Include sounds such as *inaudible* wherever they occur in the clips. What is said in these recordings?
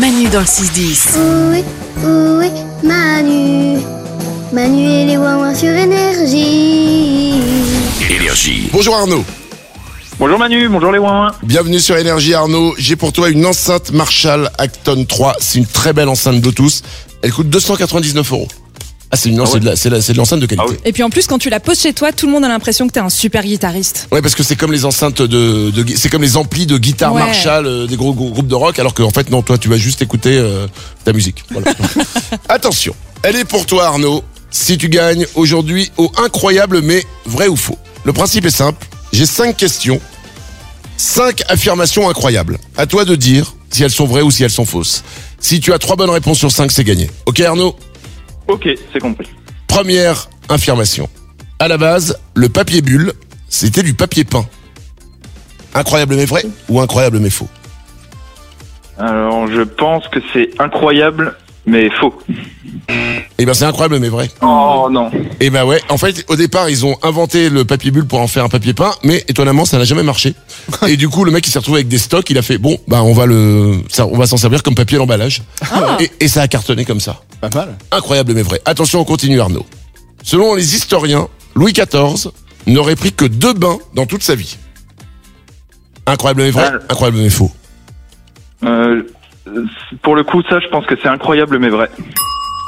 Manu dans le 6-10. Où est, où est Manu Manu et les Wawa sur énergie. Énergie. Bonjour Arnaud, Bonjour Manu, bonjour les Wouin. bienvenue sur Énergie Arnaud. J'ai pour toi une enceinte Marshall Acton 3. C'est une très belle enceinte Bluetooth. Elle coûte 299 euros. Ah, c'est une non, Ah ouais. c'est de la- c'est la- c'est de l'enceinte de qualité. Ah ouais. Et puis en plus, quand tu la poses chez toi, tout le monde a l'impression que t'es un super guitariste. parce que c'est comme les enceintes de, de gui- c'est comme les amplis de guitare Ouais. Marshall euh, des gros, gros groupes de rock alors qu'en fait non, toi tu vas juste écouter euh, ta musique. Voilà. Attention, elle est pour toi Arnaud. Si tu gagnes aujourd'hui au incroyable mais vrai ou faux. Le principe est simple, j'ai cinq questions, cinq affirmations incroyables. À toi de dire si elles sont vraies ou si elles sont fausses. Si tu as trois bonnes réponses sur cinq, c'est gagné. OK Arnaud Ok, c'est compris. Première affirmation. À la base, le papier bulle, c'était du papier peint. Incroyable mais vrai ou incroyable mais faux Alors je pense que c'est incroyable, mais faux. Eh ben c'est incroyable mais vrai. Oh non. Eh ben ouais, en fait au départ ils ont inventé le papier bulle pour en faire un papier peint, mais étonnamment ça n'a jamais *laughs* marché. Et du coup le mec il s'est retrouvé avec des stocks, il a fait bon bah on va le, ça, on va s'en servir comme papier d'emballage. Et, et ça a cartonné comme ça. Ah. Pas mal. Incroyable mais vrai. Attention on continue Arnaud. Selon les historiens, Louis XIV n'aurait pris que deux bains dans toute sa vie. Incroyable mais vrai, Ah. incroyable mais faux. Euh, pour le coup, ça, je pense que c'est incroyable, mais vrai.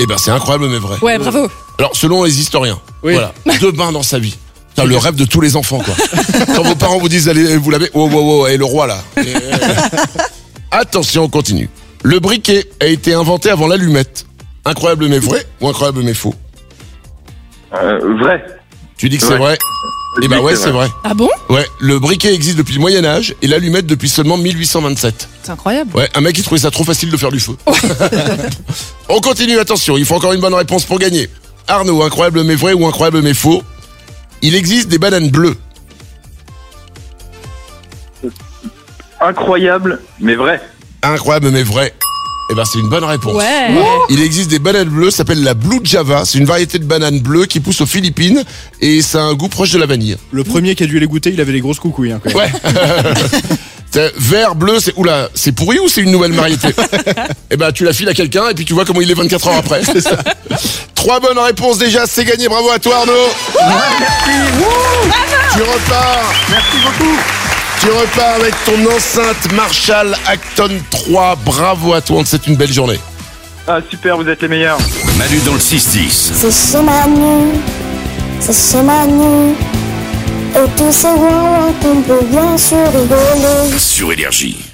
Eh ben c'est incroyable mais vrai. Ouais, bravo. Alors selon les historiens, Oui. voilà, deux bains dans sa vie. Putain, le rêve de tous les enfants quoi. Quand vos parents vous disent allez vous laver, wow wow wow, et le roi là. Et, euh, Attention, on continue. Le briquet a été inventé avant l'allumette. Incroyable mais vrai ou incroyable mais faux Euh, vrai. Tu dis que c'est Ouais. vrai Eh ben Oui, ouais, c'est vrai. Ah bon Ouais, le briquet existe depuis le Moyen Âge et l'allumette depuis seulement 1827. C'est incroyable. Ouais, un mec qui trouvait ça trop facile de faire du feu. *laughs* On continue, attention, il faut encore une bonne réponse pour gagner. Arnaud, incroyable mais vrai ou incroyable mais faux Il existe des bananes bleues. Incroyable, mais vrai. Incroyable mais vrai. Eh ben c'est une bonne réponse. Ouais. Il existe des bananes bleues, ça s'appelle la Blue Java. C'est une variété de banane bleue qui pousse aux Philippines et ça a un goût proche de la vanille. Le premier qui a dû les goûter, il avait les grosses coucouilles. hein, quand même. *laughs* Ouais. C'est vert, bleu, c'est oula, c'est pourri ou c'est une nouvelle variété Eh ben tu la files à quelqu'un et puis tu vois comment il est 24 heures après. C'est ça. Trois bonnes réponses déjà, c'est gagné. Bravo à toi Arnaud. Merci. Tu repars. Merci beaucoup. Tu repars avec ton enceinte Marshall Acton 3. Bravo à toi, on te souhaite une belle journée. Ah super, vous êtes les meilleurs. Manu dans le 6-10. C'est chez Manu, c'est chez Manu. Et tous ces gens qu'on peut bien sûr rigoler. Sur Énergie.